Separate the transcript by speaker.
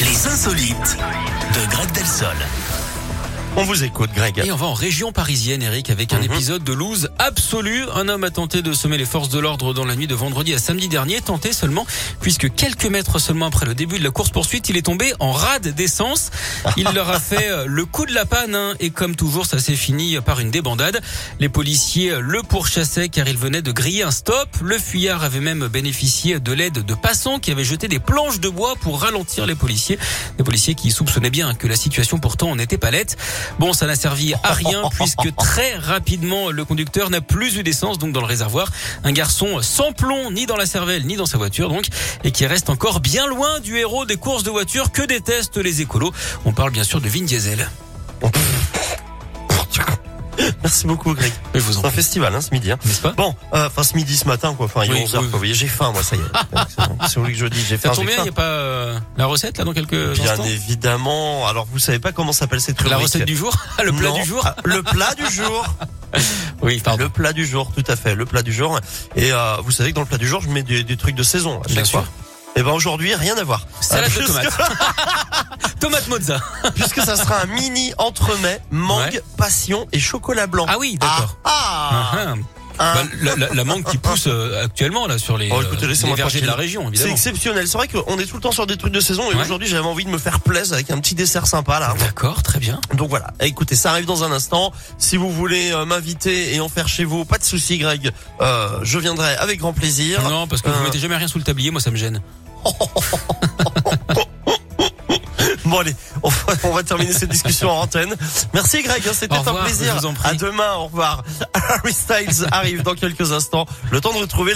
Speaker 1: Les insolites de Greg Delsol.
Speaker 2: On vous écoute, Greg.
Speaker 3: Et on va en région parisienne, Eric, avec un épisode de loose absolue. Un homme a tenté de semer les forces de l'ordre dans la nuit de vendredi à samedi dernier, tenté seulement, puisque quelques mètres seulement après le début de la course-poursuite, il est tombé en rade d'essence. Il leur a fait euh, le coup de la panne, hein, et comme toujours, ça s'est fini par une débandade. Les policiers le pourchassaient car il venait de griller un stop. Le fuyard avait même bénéficié de l'aide de passants qui avaient jeté des planches de bois pour ralentir les policiers. Des policiers qui soupçonnaient bien que la situation pourtant en était palette. Bon, ça n'a servi à rien puisque très rapidement, le conducteur n'a plus eu d'essence donc dans le réservoir. Un garçon sans plomb, ni dans la cervelle, ni dans sa voiture donc, et qui reste encore bien loin du héros des courses de voiture que détestent les écolos. On parle bien sûr de Vin Diesel.
Speaker 2: Merci beaucoup, Greg.
Speaker 3: Mais je vous en
Speaker 2: C'est un
Speaker 3: prie,
Speaker 2: festival, hein, ce midi. hein.
Speaker 3: n'est-ce pas
Speaker 2: Bon, euh, enfin, ce midi, ce matin, quoi. Enfin, il
Speaker 3: Oui,
Speaker 2: est 11h, quoi.
Speaker 3: oui.
Speaker 2: Vous voyez, j'ai faim, moi, ça y est. Donc, c'est bon. Si vous voulez que je dise, j'ai
Speaker 3: Ça
Speaker 2: faim,
Speaker 3: tombe
Speaker 2: j'ai
Speaker 3: bien, il
Speaker 2: faim.
Speaker 3: n'y a pas euh, la recette là dans quelques
Speaker 2: Bien
Speaker 3: instants
Speaker 2: évidemment. Alors, vous savez pas comment s'appelle cette rubrique
Speaker 3: La recette du jour Le plat
Speaker 2: Non.
Speaker 3: du jour
Speaker 2: Ah, Le plat du jour
Speaker 3: Oui, pardon.
Speaker 2: Le plat du jour, tout à fait. Le plat du jour. Et euh, vous savez que dans le plat du jour, je mets des, des trucs de saison à chaque
Speaker 3: Bien
Speaker 2: fois.
Speaker 3: sûr.
Speaker 2: Et ben aujourd'hui, rien à voir.
Speaker 3: Salade
Speaker 2: Euh,
Speaker 3: de
Speaker 2: puisque-
Speaker 3: Tomate mozza.
Speaker 2: Puisque ça sera un mini entremets, mangue,
Speaker 3: Ouais.
Speaker 2: passion et chocolat blanc.
Speaker 3: Ah oui, d'accord.
Speaker 2: Ah, ah,
Speaker 3: Ah,
Speaker 2: un-
Speaker 3: bah, la, la- la mangue qui pousse euh, actuellement là sur les,
Speaker 2: Oh, écoutez,
Speaker 3: euh,
Speaker 2: laissez-moi
Speaker 3: les vergers
Speaker 2: tranquille.
Speaker 3: de la région,
Speaker 2: C'est
Speaker 3: évidemment.
Speaker 2: exceptionnel. C'est vrai qu'on est tout le temps sur des trucs de saison et
Speaker 3: Ouais.
Speaker 2: aujourd'hui j'avais envie de me faire plaisir avec un petit dessert sympa là.
Speaker 3: D'accord, très bien.
Speaker 2: Donc voilà. Eh, Écoutez, ça arrive dans un instant. Si vous voulez euh, m'inviter et en faire chez vous, pas de souci, Greg. Euh, je viendrai avec grand plaisir.
Speaker 3: Non, parce que vous
Speaker 2: Euh.
Speaker 3: mettez jamais rien sous le tablier, moi ça me gêne.
Speaker 2: Bon allez, on va, on va terminer cette discussion en antenne. Merci Greg, hein, c'était
Speaker 3: Au revoir,
Speaker 2: un plaisir.
Speaker 3: je vous en prie.
Speaker 2: À demain, au revoir. Harry Styles arrive dans quelques instants. Le temps de retrouver